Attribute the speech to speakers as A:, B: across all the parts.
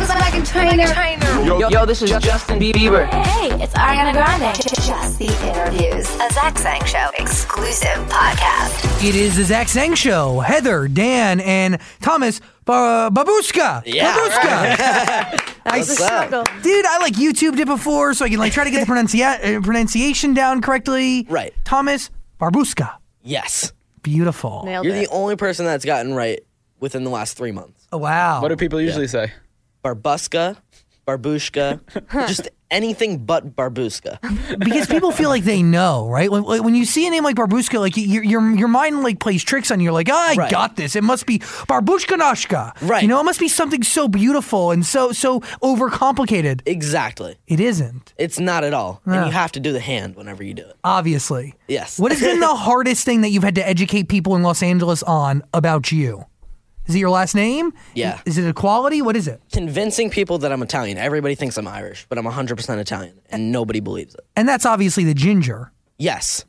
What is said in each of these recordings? A: entertainer.
B: Yo, yo, this is Justin Bieber.
C: Hey, it's Ariana Grande. Just the interviews. A Zach Sang Show exclusive podcast.
D: It is the Zach Sang Show. Heather, Dan, and Thomas ba- Babushka.
E: Yeah.
D: Babushka. I
E: What's up?
D: Dude, I like YouTubed it before, so I can like try to get the pronuncia- uh, pronunciation down correctly.
E: Right.
D: Thomas Barbuska.
E: Yes.
D: Beautiful.
A: Nailed
E: You're
A: it.
E: the only person that's gotten right within the last three months.
D: Oh, wow.
F: What do people usually say?
E: Barbuska, Barbushka, just anything but Barbuska.
D: because people feel like they know, right? When, when you see a name like Barbushka, like your your your mind like plays tricks on you. You're like, oh, I
E: Right.
D: got this. It must be Barbushkanashka.
E: Right.
D: You know, it must be something so beautiful and so so overcomplicated.
E: Exactly.
D: It isn't,
E: It's not at all. And
D: No.
E: you have to do the hand whenever you do it.
D: obviously.
E: Yes.
D: What has been the hardest thing that you've had to educate people in Los Angeles on about you? Is it your last name?
E: Yeah.
D: Is it equality? What is it?
E: Convincing people that I'm Italian. Everybody thinks I'm Irish, but I'm 100% Italian, and nobody believes it.
D: And that's obviously the ginger.
E: Yes.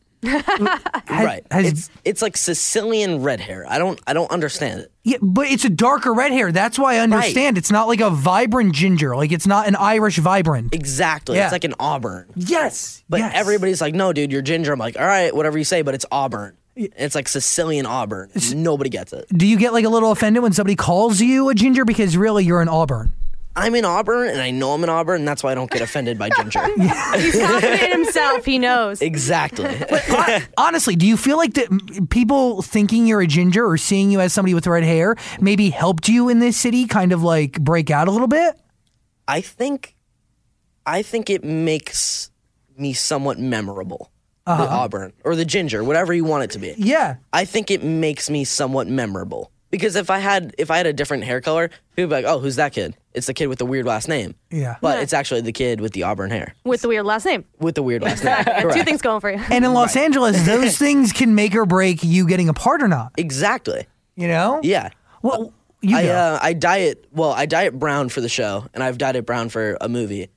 D: Ha-
E: right.
D: has-
E: it's it's like Sicilian red hair. I don't I don't understand it.
D: Yeah, but it's a darker red hair. That's why I understand. It's not like a vibrant ginger. Like it's not an Irish vibrant.
E: Exactly.
D: Yeah.
E: It's like an Auburn.
D: Yes.
E: But
D: yes.
E: everybody's like, "No, dude, you're ginger." I'm like, "All right, whatever you say, but it's Auburn." And It's like Sicilian Auburn. And Nobody gets it.
D: Do you get like a little offended when somebody calls you a ginger because really you're in Auburn?
E: I'm in Auburn, and I know I'm in Auburn, and that's why I don't get offended by ginger.
A: He's confident in himself. He knows.
E: Exactly.
D: Honestly, do you feel like that m- people thinking you're a ginger or seeing you as somebody with red hair maybe helped you in this city kind of like break out a little bit?
E: I think, I think it makes me somewhat memorable. The
D: Uh-huh.
E: Auburn or the ginger, whatever you want it to be.
D: Yeah.
E: I think it makes me somewhat memorable because if I had if I had a different hair color, people would be like, "Oh, who's that kid? It's the kid with the weird last name."
D: Yeah.
E: but it's actually the kid with the Auburn hair
A: With the weird last name.
E: with the weird last name.
A: Yeah, Two
E: Correct.
A: things going for you.
D: And in Los Angeles, those things can make or break you getting a part or not.
E: Exactly.
D: You know?
E: Yeah.
D: Well, you
E: I
D: go.
E: uh, I dye it well. I dye it brown for the show, and I've dyed it brown for a movie,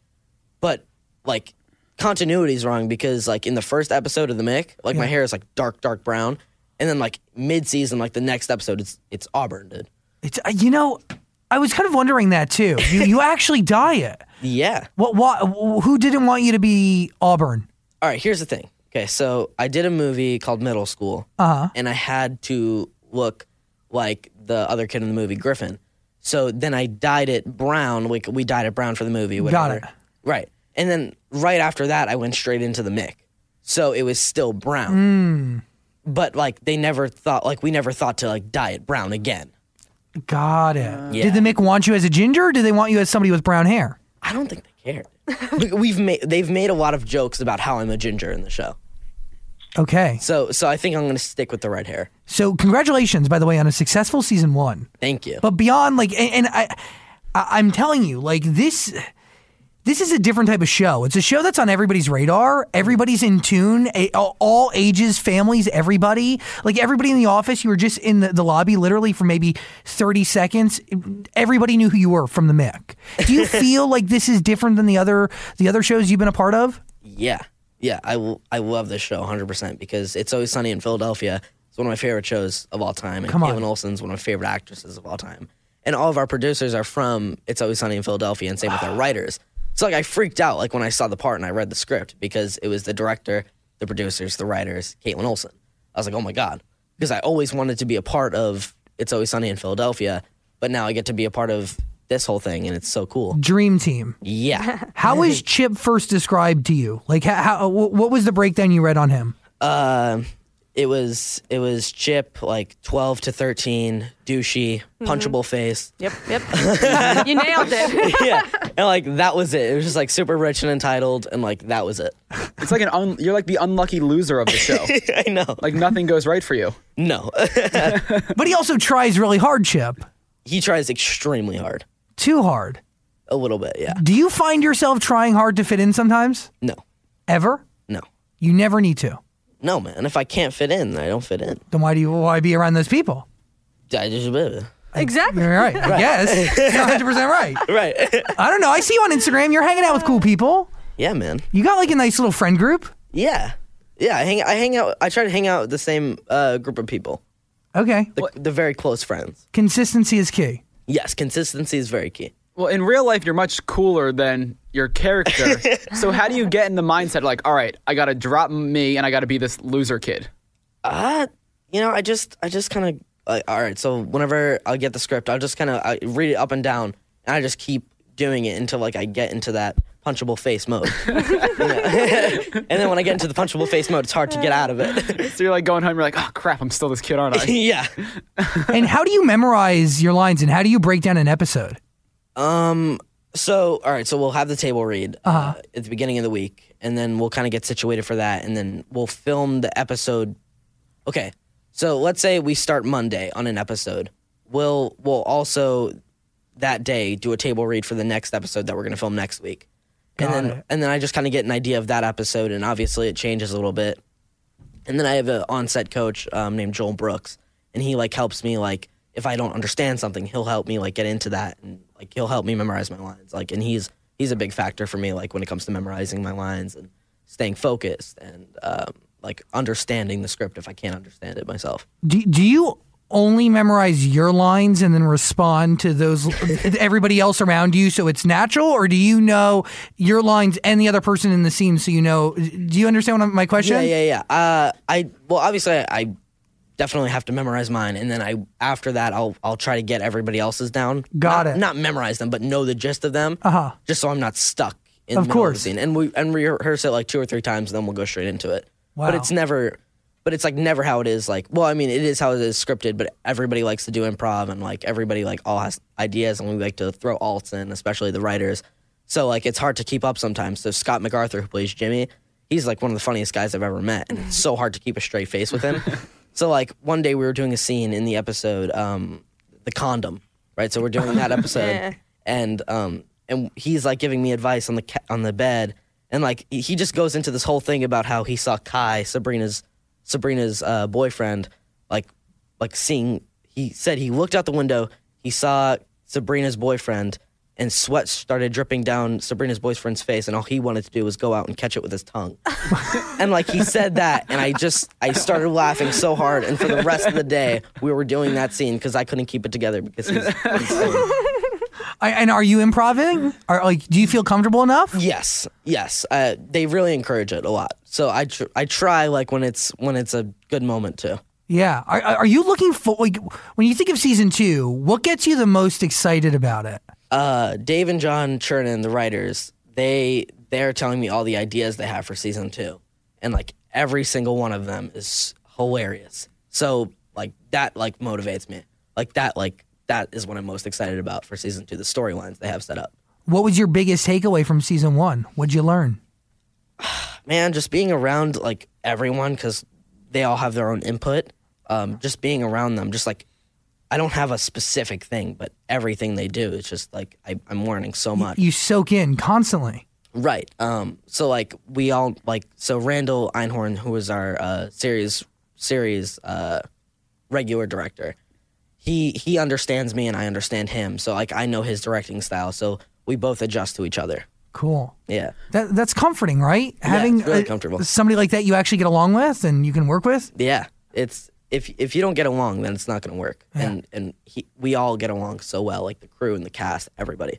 E: but like continuity is wrong because like in the first episode of the Mick, like my hair is like dark, dark brown, and then like mid season, like the next episode, it's it's auburn, dude.
D: it's, uh, you know, I was kind of wondering that too. You, you actually dye it.
E: Yeah.
D: What, what, who didn't want you to be Auburn?
E: All right. Here's the thing. Okay, so I did a movie called Middle School,
D: Uh-huh.
E: and I had to look like the other kid in the movie, Griffin. So then I dyed it brown. Like we dyed it brown for the movie. Whatever.
D: Got it.
E: Right. And then right after that, I went straight into the mic. So it was still brown.
D: Hmm.
E: But like they never thought, like we never thought to like dye it brown again.
D: Got it.
E: Yeah.
D: Did the Mick want you as a ginger or did they want you as somebody with brown hair?
E: I don't think they cared. We- We've made they've made a lot of jokes about how I'm a ginger in the show.
D: Okay.
E: So so I think I'm gonna stick with the red hair.
D: So congratulations, by the way, on a successful season one.
E: Thank you.
D: But beyond like and, and I I- I'm telling you, like this this is a different type of show. It's a show that's on everybody's radar. Everybody's in tune. A- all- All ages, families, everybody. Like everybody in the office, you were just in the, the lobby literally for maybe 30 seconds. Everybody knew who you were from the Mick. Do you feel like this is different than the other the other shows you've been a part of?
E: Yeah. Yeah. I, l- I love this show 100% because It's Always Sunny in Philadelphia. It's one of my favorite shows of all time. And
D: Come on.
E: Caitlin Olsen's one of my favorite actresses of all time. And all of our producers are from It's Always Sunny in Philadelphia and same with our writers. So, like, I freaked out, like, when I saw the part and I read the script because it was the director, the producers, the writers, Caitlin Olsen. I was like, oh my God. Because I always wanted to be a part of It's Always Sunny in Philadelphia, but now I get to be a part of this whole thing and it's so cool.
D: Dream team.
E: Yeah.
D: How is Chip first described to you? Like, how, how wh- what was the breakdown you read on him?
E: Um, it was it was Chip like twelve to thirteen, douchey, punchable face.
A: Yep, yep. you nailed it.
E: yeah, and like that was it. It was just like super rich and entitled, and like that was it.
F: It's like an un- you're like the unlucky loser of the show.
E: I know.
F: like nothing goes right for you.
E: No,
D: But he also tries really hard, Chip.
E: he tries extremely hard.
D: Too hard.
E: A little bit, yeah.
D: Do you find yourself trying hard to fit in sometimes?
E: No,
D: Ever?
E: no,
D: You never need to.
E: no, man. If I can't fit in, I don't fit in.
D: Then why do you why be around those people?
E: I just
A: Exactly.
D: You're right. I guess. You're 100 percent right.
E: right.
D: I don't know. I see you on Instagram. You're hanging out with cool people.
E: yeah, man.
D: You got like a nice little friend group.
E: Yeah, yeah. I hang. I hang out. I try to hang out with the same uh, group of people,
D: Okay.
E: the, the very close friends.
D: Consistency is key.
E: Yes, consistency is very key.
F: Well, in real life, you're much cooler than your character. so how do you get in the mindset like, all right, I gotta drop me and I gotta be this loser kid?
E: Uh, you know, I just, I just kind of, like, all right. So whenever I get the script, I'll just kind of read it up and down, and I just keep doing it until like I get into that punchable face mode. You know? and then when I get into the punchable face mode, it's hard to get out of it.
F: So you're like going home, you're like, oh crap, I'm still this kid, aren't I?
E: yeah.
D: and how do you memorize your lines and how do you break down an episode?
E: Um, So all right. So we'll have the table read uh, at the beginning of the week, and then we'll kind of get situated for that, and then we'll film the episode. Okay. So let's say we start Monday on an episode. We'll we'll also that day do a table read for the next episode that we're going to film next week. and then and then I just kind of get an idea of that episode and obviously it changes a little bit. And then I have an on-set coach um, named Joel Brooks and he like helps me like if I don't understand something, he'll help me like get into that and like he'll help me memorize my lines. Like and he's he's a big factor for me like when it comes to memorizing my lines and staying focused and um, like understanding the script if I can't understand it myself.
D: Do, do you only memorize your lines and then respond to those everybody else around you so it's natural or do you know your lines and the other person in the scene so you know do you understand what I'm- my question
E: Yeah, yeah, yeah. Uh, I well, obviously, I, I definitely have to memorize mine, and then I after that, I'll I'll try to get everybody else's down.
D: Got
E: Not-
D: it.
E: Not memorize them, but know the gist of them. Uh
D: Uh-huh.
E: Just so I'm not stuck. In
D: Of
E: the middle
D: course.
E: the scene, and we and we rehearse it like two or three times, and then we'll go straight into it. But
D: Wow.
E: it's never. But it's like never how it is. Like, well, I mean, it is how it is scripted. But everybody likes to do improv, and like everybody like all has ideas, and we like to throw alts in, especially the writers. So like it's hard to keep up sometimes. So Scott MacArthur, who plays Jimmy, he's like one of the funniest guys I've ever met, and it's so hard to keep a straight face with him. so like one day we were doing a scene in the episode, um, the condom, right? So we're doing that episode, and um, and he's like giving me advice on the ca- on the bed, and like he- he just goes into this whole thing about how he saw Kai Sabrina's Sabrina's uh, boyfriend, like like seeing. He said he looked out the window, he saw Sabrina's boyfriend, and sweat started dripping down Sabrina's boyfriend's face, and all he wanted to do was go out and catch it with his tongue. and like he said that, and I just I started laughing so hard, and for the rest of the day we were doing that scene because I couldn't keep it together because he's insane.
D: I, and are you improving are like do you feel comfortable enough
E: Yes, yes. Uh, they really encourage it a lot, so I tr- I try like when it's when it's a good moment too.
D: yeah are, are you looking for like when you think of season two what gets you the most excited about it
E: uh, Dave and John Chernin, the writers, they they're telling me all the ideas they have for season two, and like every single one of them is hilarious. So like that like motivates me. Like that like that is what I'm most excited about for season two. The storylines they have set up.
D: what was your biggest takeaway from season one what'd you learn
E: man, just being around like everyone because they all have their own input. Um, just being around them, just like I don't have a specific thing, but everything they do, it's just like I, I'm learning so much.
D: you soak in constantly
E: Right. Um. So like we all like so Randall Einhorn, who was our uh, series series uh, regular director, he he understands me and I understand him. So like I know his directing style. So we both adjust to each other.
D: cool
E: Yeah.
D: That, that's comforting, right? Having
E: it's really
D: uh,
E: comfortable.
D: somebody like that you actually get along with and you can work with.
E: Yeah. It's if if you don't get along, then it's not gonna work. And and he, we all get along so well, like the crew and the cast, everybody.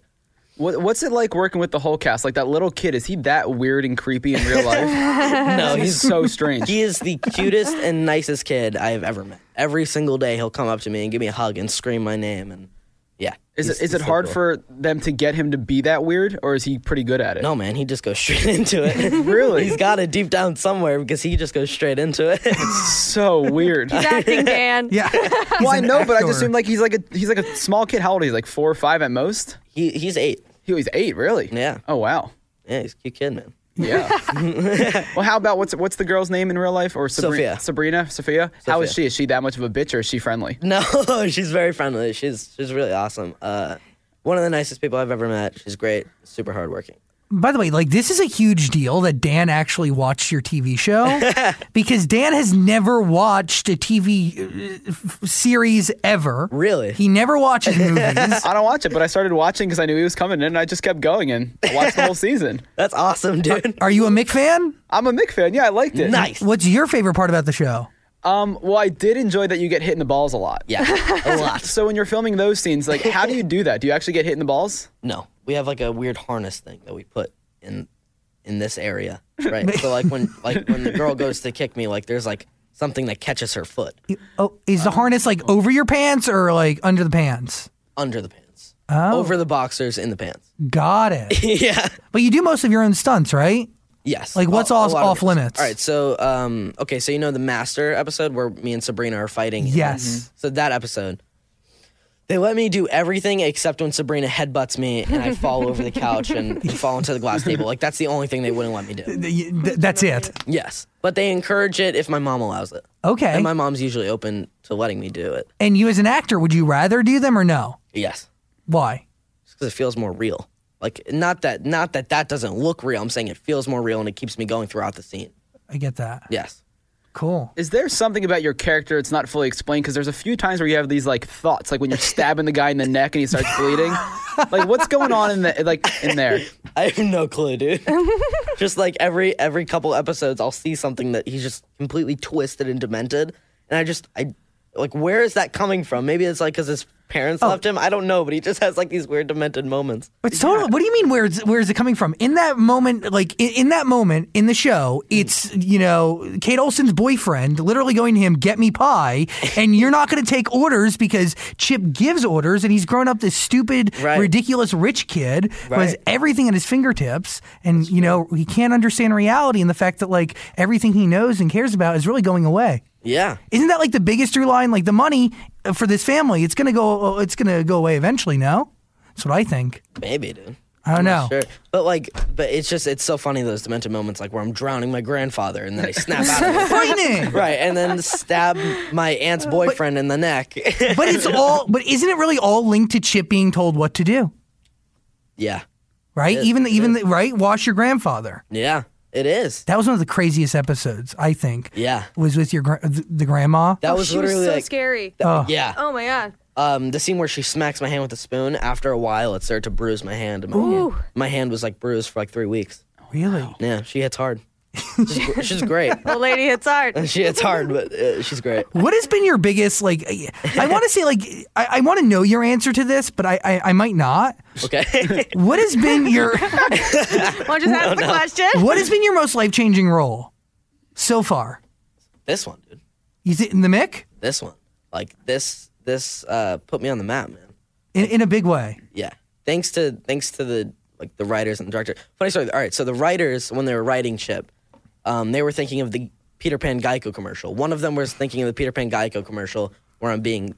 F: What, what's it like working with the whole cast? Like that little kid, is he that weird and creepy in real life?
E: No,
F: He's so strange.
E: He is the cutest and nicest kid I have ever met. Every single day, he'll come up to me and give me a hug and scream my name. And yeah,
F: Is
E: he's-
F: it is
E: he's
F: it
E: so
F: hard
E: cool.
F: for them to get him to be that weird, or is he pretty good at it?
E: No, man, he just goes straight into it.
F: Really?
E: he's got it deep down somewhere because he just goes straight into it.
F: so weird.
A: He's acting, Dan.
D: Yeah.
F: well, I know, but I just assume
D: assume
F: like he's like a he's like a small kid. How old? He's like four or five at most.
E: he he's eight.
F: He was eight, really.
E: Yeah.
F: Oh wow.
E: Yeah, he's a cute kid, man.
F: Yeah. well, how about what's what's the girl's name in real life or Sabrina?
E: Sophia.
F: Sabrina. Sophia. How is
E: Sophia.
F: she? Is she that much of a bitch or is she friendly?
E: No, she's very friendly. She's she's really awesome. Uh, one of the nicest people I've ever met. She's great. Super hardworking.
D: By the way, like this is a huge deal that Dan actually watched your TV show because Dan has never watched a TV uh, f- series ever.
E: Really?
D: He never watches movies.
F: I don't watch it, but I started watching because I knew he was coming in, and I just kept going and I watched the whole season.
E: That's awesome, dude.
D: Are you a Mick fan?
F: I'm a Mick fan. Yeah, I liked it.
E: nice.
D: What's your favorite part about the show?
F: Um, well, I did enjoy that you get hit in the balls a lot.
E: Yeah, a lot.
F: So when you're filming those scenes, like, how do you do that? Do you actually get hit in the balls?
E: No, we have like a weird harness thing that we put in in this area, right? so like when like when the girl goes to kick me, like there's like something that catches her foot
D: Oh, is the harness like over your pants or like under the pants?
E: under the pants, oh. over the boxers in the pants.
D: Got it.
E: yeah.
D: but you do most of your own stunts, right?
E: Yes.
D: Like, what's
E: A- a
D: off-
E: lot of
D: off
E: girls.
D: limits?
E: All right. So, um, okay. So you know the master episode where me and Sabrina are fighting. and-
D: Yes.
E: So that episode, they let me do everything except when Sabrina headbutts me and I fall over the couch and fall into the glass table. Like that's the only thing they wouldn't let me do.
D: Th- th- that's it.
E: Yes, but they encourage it if my mom allows it.
D: Okay.
E: And
D: And,
E: my mom's usually open to letting me do it.
D: you, as an actor, would you rather do them or no?
E: Yes,
D: Why?
E: because it feels more real. Like not that not that that doesn't look real. I'm saying it feels more real and it keeps me going throughout the scene.
D: I get that.
E: Yes.
D: Cool.
F: Is there something about your character that's not fully explained? Because there's a few times where you have these like thoughts, like when you're stabbing the guy in the neck and he starts bleeding. like, what's going on in the like in there?
E: I have no clue, dude. just like every every couple episodes, I'll see something that he's just completely twisted and demented, and I just I like where is that coming from? Maybe it's like because his parents left him. I don't know, but he just has like these weird demented moments.
D: But totally. What do you mean? Where's where's it coming from? In that moment, like in, in that moment in the show, it's you know Kate Olsen's boyfriend literally going to him, "Get me pie," and you're not going to take orders because Chip gives orders, and he's grown up this stupid,
E: Right.
D: ridiculous rich kid who has
E: Right.
D: everything at his fingertips, and you know he can't understand reality and the fact that like everything he knows and cares about is really going away.
E: Yeah,
D: Isn't that like the biggest through line? Like the money uh, for this family, it's gonna go, uh, it's gonna go away eventually. No, that's what I think.
E: maybe, dude.
D: I don't know.
E: Sure. But like, but it's just it's so funny those demented moments, like where I'm drowning my grandfather and then I snap out of it.
D: Frightening.
E: Right, and then stab my aunt's boyfriend in the neck.
D: But it's all. But isn't it really all linked to Chip being told what to do?
E: yeah,
D: Right.
E: is,
D: even the,
E: it
D: even
E: is.
D: the, right. Wash your grandfather.
E: yeah, it is.
D: That was one of the craziest episodes. I think.
E: Yeah.
D: Was with your gra- th- the grandma.
E: That was
A: Oh, she was
E: literally
A: so
E: like,
A: scary.
E: yeah.
A: Oh my god.
E: um, the scene where she smacks my hand with a spoon. After a while, it started to bruise my hand. and My, hand, my hand was like bruised for like three weeks.
D: really.
E: Yeah, she hits hard. she's, gr- she's great.
A: The lady hits hard.
E: She hits hard, but uh, she's great.
D: What has been your biggest like? I want to say like I, I want to know your answer to this, but I, I I might not.
E: Okay.
D: What has been your
A: Want to just ask the question?
D: What has been your most life changing role so far?
E: this one, dude.
D: You think in the Mick
E: This one. Like this. This uh, put me on the map, man.
D: in, in a big way?
E: Yeah. Thanks to thanks to the like the writers and the director. Funny story. All right, so the writers when they were writing Chip, um, they were thinking of the Peter Pan Geico commercial. One of them was thinking of the Peter Pan Geico commercial where I'm being,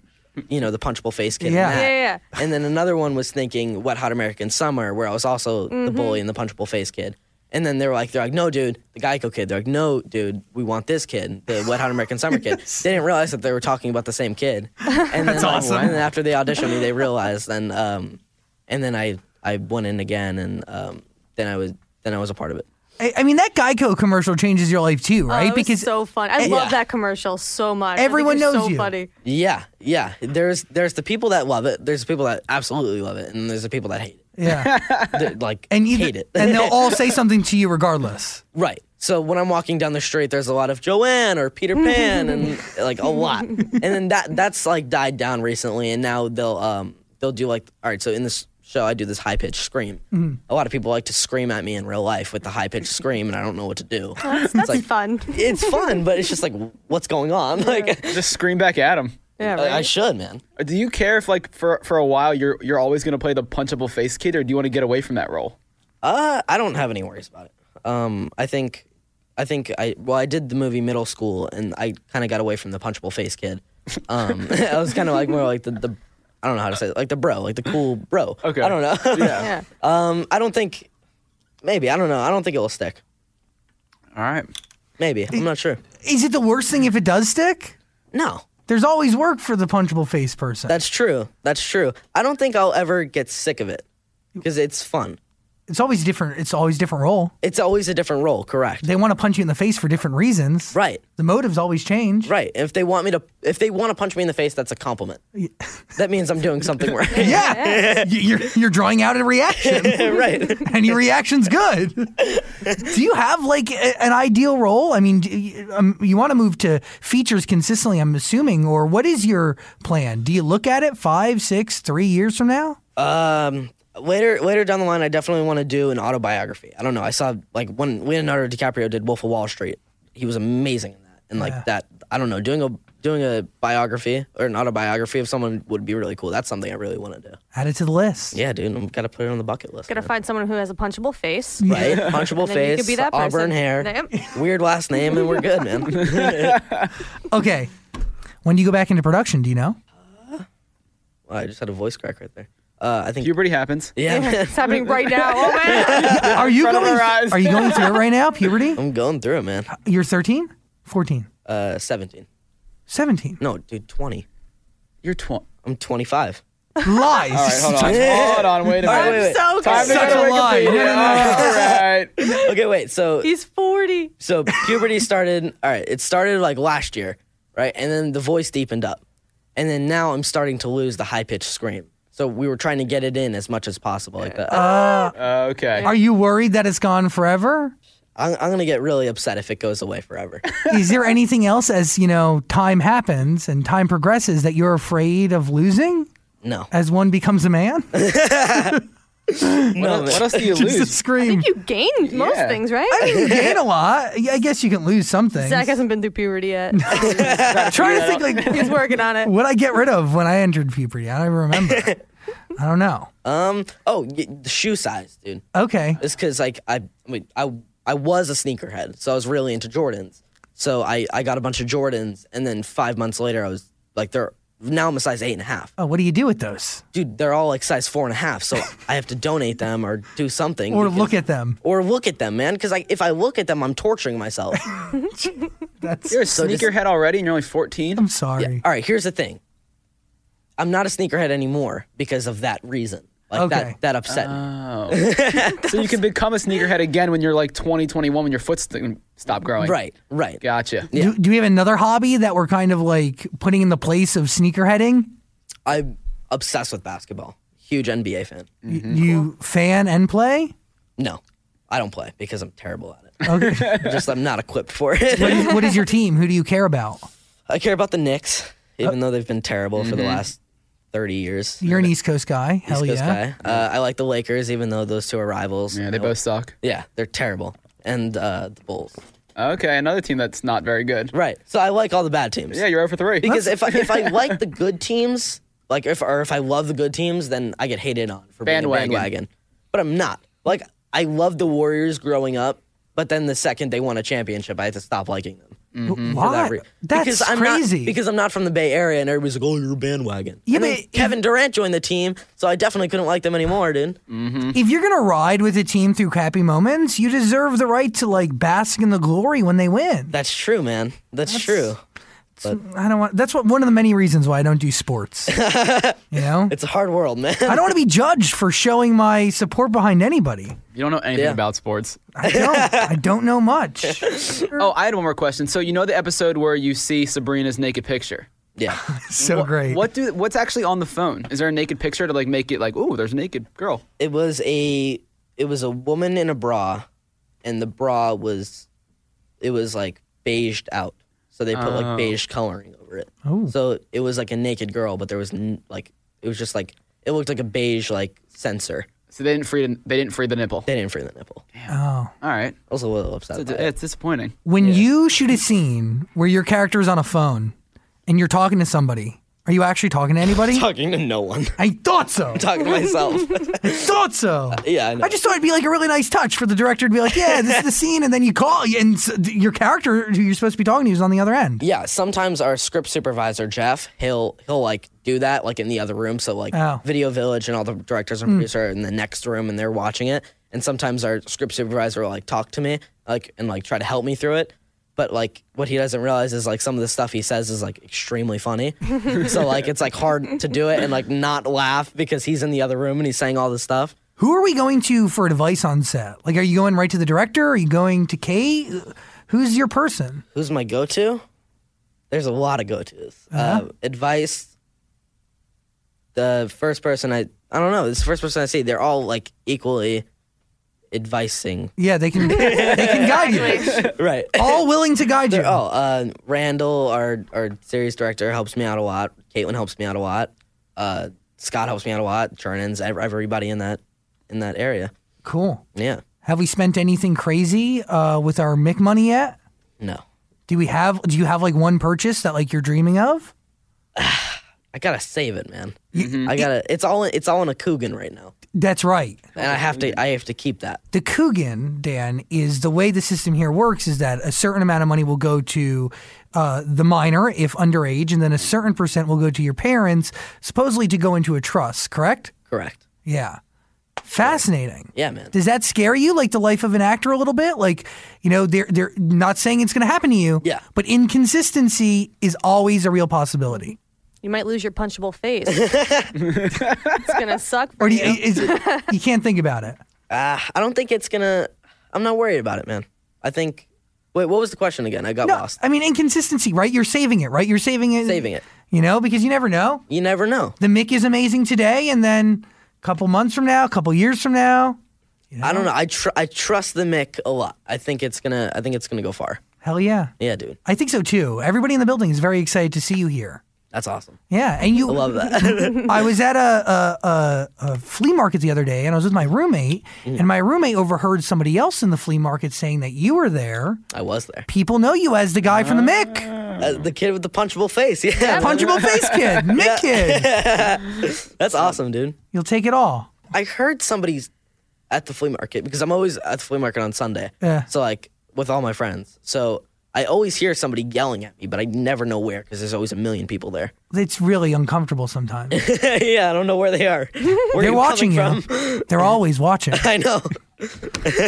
E: you know, the punchable face kid. and
D: Yeah.
E: that.
A: Yeah, yeah,
E: And then another one was thinking Wet Hot American Summer where I was also the
D: Mm-hmm.
E: bully and the punchable face kid. And then they were like, they're like, no, dude, the Geico kid. They're like, no, dude, we want this kid, the Wet Hot American Summer kid. They didn't realize that they were talking about the same kid. And That's then, like,
D: awesome.
E: And then after they auditioned me, they realized. And um, and then I I went in again, and um, then I was then I was a part of it.
D: I, I mean that Geico commercial changes your life too,
A: Oh,
D: right?
A: it was so fun. I love that commercial so much. I think
D: Everyone
A: it's
D: knows
A: so
D: you.
A: Funny.
E: Yeah, yeah. There's there's the people that love it. There's the people that absolutely love it, and there's the people that hate it.
D: yeah,
E: They're, like
D: and you
E: hate it.
D: and they'll all say something to you regardless.
E: Right. So when I'm walking down the street, there's a lot of Joanne or Peter Pan, and like a lot. And then that that's like died down recently, and now they'll um they'll do like all right. So in this show, I do this high pitched scream. A lot of people like to scream at me in real life with the high pitched scream, and I don't know what to do.
A: That's, that's
E: like-
A: fun.
E: it's fun, but it's just like what's going on? Like
F: Just scream back at him.
A: Yeah,
E: I
A: right.
E: should, man.
F: Do you care if like for for a while you're you're always gonna play the punchable face kid, or do you want to get away from that role?
E: Uh, I don't have any worries about it. Um, I think, I think I well, I did the movie Middle School, and I kind of got away from the punchable face kid. Um, I was kind of like more like the, the I don't know how to say it, like the bro, like the cool bro.
F: Okay.
E: I don't know.
A: yeah.
E: um, I don't think, maybe I don't know. I don't think it will stick.
F: All right.
E: Maybe I'm not sure.
D: Is it the worst thing if it does stick?
E: No,
D: There's always work for the punchable face person.
E: that's true. That's true. I don't think I'll ever get sick of it because it's fun.
D: It's always different. It's always different role.
E: It's always a different role, correct?
D: They want to punch you in the face for different reasons.
E: Right.
D: The motives always change.
E: Right. If they want me to, if they want to punch me in the face, that's a compliment. that means I'm doing something right.
D: Yeah. You- you're you're drawing out a reaction,
E: right.
D: and your reaction's good. Do you have like a- an ideal role? I mean, do you, um, you want to move to features consistently, I'm assuming, or what is your plan? Do you look at it five, six, three years from now?
E: Um, Later, later down the line, I definitely want to do an autobiography. I don't know. I saw like when Leonardo DiCaprio did Wolf of Wall Street. He was amazing in that, and like that. I don't know. Doing a doing a biography or an autobiography of someone would be really cool. That's something I really want to do.
D: Add it to the list.
E: Yeah, dude. I'm gotta put it on the bucket list.
A: Gotta
E: man.
A: find someone who has a punchable face.
E: right? Punchable
A: then you could
E: face,
A: be that
E: auburn
A: person.
E: hair,
A: Yep.
E: weird last name, and we're good, man.
D: Okay. When do you go back into production? Do you know?
E: Wow, I just had a voice crack right there. Uh, I think.
F: Puberty happens.
E: yeah, man,
A: It's happening right now. Oh man.
D: Are you
F: front of
D: going?
F: our eyes.
D: Are you going through it right now? Puberty?
E: I'm going through it, man.
D: You're 13, 14,
E: Uh, 17.
D: 17.
E: No, dude, 20.
F: You're 20.
E: I'm 25.
D: Lies.
F: All right, hold on. hold on, wait a minute.
E: right, wait, wait.
F: Time to
A: so good.
D: Such
F: go to
D: a lie.
F: Wikipedia.
D: No, no, no,
F: All right.
E: Okay, wait. So,
A: He's 40.
E: so puberty started. All right, it started like last year, right? And then the voice deepened up, and then now I'm starting to lose the high pitched scream. So we were trying to get it in as much as possible, like that.
F: Uh, okay.
D: Are you worried that it's gone forever?
E: I'm, I'm gonna get really upset if it goes away forever.
D: Is there anything else as, you know, time happens and time progresses that you're afraid of losing
E: No,
D: as one becomes a man?
F: what,
E: no,
F: else-
E: man.
F: what else do you
D: Just a
F: lose?
D: scream.
A: You gained most
F: Yeah.
A: things, right?
D: You gain a lot. Yeah, I guess you can lose some things.
A: Zach hasn't been through puberty yet.
D: Trying to think like
A: He's working on it.
D: what I get rid of when I entered puberty. I don't remember. I don't know.
E: Um. Oh, y- the shoe size, dude.
D: Okay.
E: It's because like I, I, mean, I, I was a sneakerhead, so I was really into Jordans. So I, I got a bunch of Jordans, and then five months later, I was like, they're now I'm a size eight and a half,
D: Oh, what do you do with those?
E: dude. They're all like size four and a half, so I have to donate them or do something.
D: Or
E: because-
D: look at them.
E: Or look at them, man. Because like if I look at them, I'm torturing myself.
D: That's
F: You're a
E: just-
F: sneakerhead already and you're only 14?
D: I'm sorry.
E: All right, here's the thing. I'm not a sneakerhead anymore because of that reason. Like
D: Okay.
E: that, that upset me.
F: So you can become a sneakerhead again when you're like 20, 21, when your foot's st- stop growing.
E: Right, right.
F: Gotcha.
D: Do, do we have another hobby that we're kind of like putting in the place of sneakerheading?
E: I'm obsessed with basketball. Huge NBA fan.
D: Y- You fan and play?
E: No, I don't play because I'm terrible at it.
D: Okay.
E: I'm just I'm not equipped for
D: what,
E: it.
D: is, what is your team? Who do you care about?
E: I care about the Knicks, even though they've been terrible for
F: Mm-hmm.
E: the last thirty years.
D: Oh. You're an East Coast guy. Hell
E: East Coast
D: yeah.
E: guy. Uh, I like the Lakers, even though those two are rivals.
F: Yeah, they both suck.
E: Yeah, they're terrible. And uh, the Bulls.
F: Okay, another team that's not very good.
E: Right. So I like all the bad teams.
F: Yeah, you're over three.
E: because if I, if I like the good teams, like if or if I love the good teams, then I get hated on for being a
F: Bandwagon.
E: bandwagon. But I'm not. Like I loved the Warriors growing up, but then the second they won a championship, I had to stop liking them.
F: Mm.
D: Why?
E: that mm-hmm. re-
D: That's
E: because I'm not-
D: crazy.
E: because I'm not from the Bay Area, and everybody's like, "Oh, you're a bandwagon."
D: Yeah,
E: And then
D: but-
E: Kevin Durant joined the team, so I definitely couldn't like them anymore, dude.
D: if you're gonna ride with a team through happy moments, you deserve the right to like bask in the glory when they win.
E: That's true, man. That's, true.
D: I don't want. That's what one of the many reasons why I don't do sports. you know,
E: It's a hard world, man.
D: I don't want to be judged for showing my support behind anybody.
F: You don't know anything
E: Yeah.
F: about sports.
D: I don't. I don't know much.
F: Oh, I had one more question. So you know the episode where you see Sabrina's naked picture?
E: yeah,
D: So great.
F: What do what's actually on the phone? Is there a naked picture to like make it like, ooh, there's a naked girl.
E: it was a it was a woman in a bra, and the bra was it was like beiged out, so they put like beige coloring over it.
D: Oh.
E: So it was like a naked girl, but there was n- like it was just like it looked like a beige like sensor.
F: So they didn't free they didn't free the nipple.
E: They didn't free the nipple. I
D: Oh.
F: All right.
E: was a little upset.
F: It's,
E: about it.
F: it's disappointing.
D: When you shoot a scene where your character is on a phone and you're talking to somebody, are you actually talking to anybody?
E: Talking to no one.
D: I thought so.
E: Talking to myself.
D: thought so.
E: yeah, I know.
D: I just thought it'd be like a really nice touch for the director to be like, "Yeah, this is the scene," and then you call, and s- your character who you're supposed to be talking to is on the other end.
E: yeah, sometimes our script supervisor Jeff, he'll he'll like do that like in the other room. So like
D: Oh. Hmm.
E: Video Village and all the directors and producers are in the next room and they're watching it. And sometimes our script supervisor will like talk to me like and like try to help me through it. But like what he doesn't realize is like some of the stuff he says is like extremely funny. so like it's like hard to do it and like not laugh because he's in the other room and he's saying all this stuff.
D: Who are we going to for advice on set? Like, are you going right to the director? Are you going to Kate? Who's your person?
E: Who's my go to? There's a lot of go tos. Uh, advice. The first person I I don't know. This is the first person I see. They're all like equally advising.
D: Yeah, they can they can guide you.
E: Right.
D: All willing to guide you.
E: Oh, uh, Randall, our our series director, helps me out a lot. Caitlin helps me out a lot. Uh, Scott helps me out a lot. Chernins, ev- everybody in that in that area.
D: Cool.
E: Yeah.
D: Have we spent anything crazy uh, with our Mick money yet?
E: No,
D: Do we have? Do you have like one purchase that like you're dreaming of?
E: I gotta save it, man. I gotta. It's all it's all in a Coogan right now,
D: That's right.
E: and I have to I have to keep that.
D: The Coogan, Dan, is the way the system here works is that a certain amount of money will go to uh, the minor if underage, and then a certain percent will go to your parents, supposedly to go into a trust, correct?
E: Correct.
D: Yeah. Fascinating.
E: Yeah, man.
D: Does that scare you, like the life of an actor, a little bit? Like, you know, they're they're not saying it's going to happen to you.
E: Yeah.
D: But inconsistency is always a real possibility.
A: You might lose your punchable face. it's gonna suck. For
D: Or do you,
A: you.
D: is it, you can't think about it.
E: Uh, I don't think it's gonna. I'm not worried about it, man. I think. Wait, what was the question again? I got
D: No,
E: lost.
D: I mean inconsistency, right? You're saving it, right? You're saving it.
E: Saving it.
D: You know, because you never know.
E: You never know.
D: The Mick is amazing today, and then a couple months from now, a couple years from now,
E: I don't know. I tr- I trust the Mick a lot. I think it's gonna. I think it's gonna go far.
D: hell yeah.
E: Yeah, dude.
D: I think so too. Everybody in the building is very excited to see you here.
E: That's awesome.
D: Yeah, and you.
E: I love that.
D: I was at a, a, a, a flea market the other day, and I was with my roommate,
E: Mm.
D: and my roommate overheard somebody else in the flea market saying that you were there.
E: I was there.
D: People know you as the guy from the Mick,
E: Uh, the kid with the punchable face. Yeah,
D: punchable face kid, Mick kid.
E: that's awesome, dude.
D: You'll take it all.
E: I heard somebody's at the flea market because I'm always at the flea market on Sunday.
D: Yeah.
E: So like with all my friends, so I always hear somebody yelling at me, but I never know where because there's always a million people there.
D: It's really uncomfortable sometimes.
E: yeah, I don't know where they are. Where are
D: They're
E: you
D: watching
E: coming
D: you.
E: from?
D: They're always watching.
E: I know.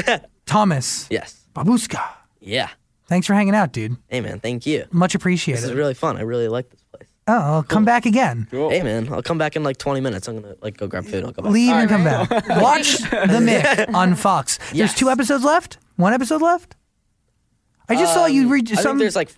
D: Thomas
E: Yes.
D: Babuska,
E: Yeah.
D: thanks for hanging out, dude.
E: Hey man, thank you.
D: Much
E: This
D: appreciated.
E: is really fun. I really like this place.
D: oh, I'll come back again.
E: Hey man, I'll come back in like 20 minutes. I'm gonna like go grab food. I'll go back.
D: Leave and come back. Watch the Mick on Fox. There's
E: Yes.
D: two episodes left. One episode left. I just saw you read
E: Um, I
D: some.
E: think there's like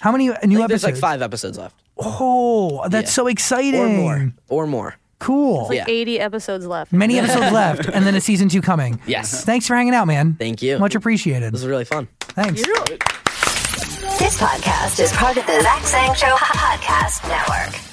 D: How many uh, new
E: I think
D: episodes?
E: there's like five episodes left
D: Oh, that's so exciting.
E: or more or more.
D: Cool.
A: like
E: yeah.
A: 80 episodes left.
D: Many episodes left, and then a season two coming.
E: Yes.
D: Thanks for hanging out, man.
E: Thank you.
D: Much appreciated.
E: This is really fun.
D: Thanks.
C: This podcast is part of the Zach Sang Show Podcast Network.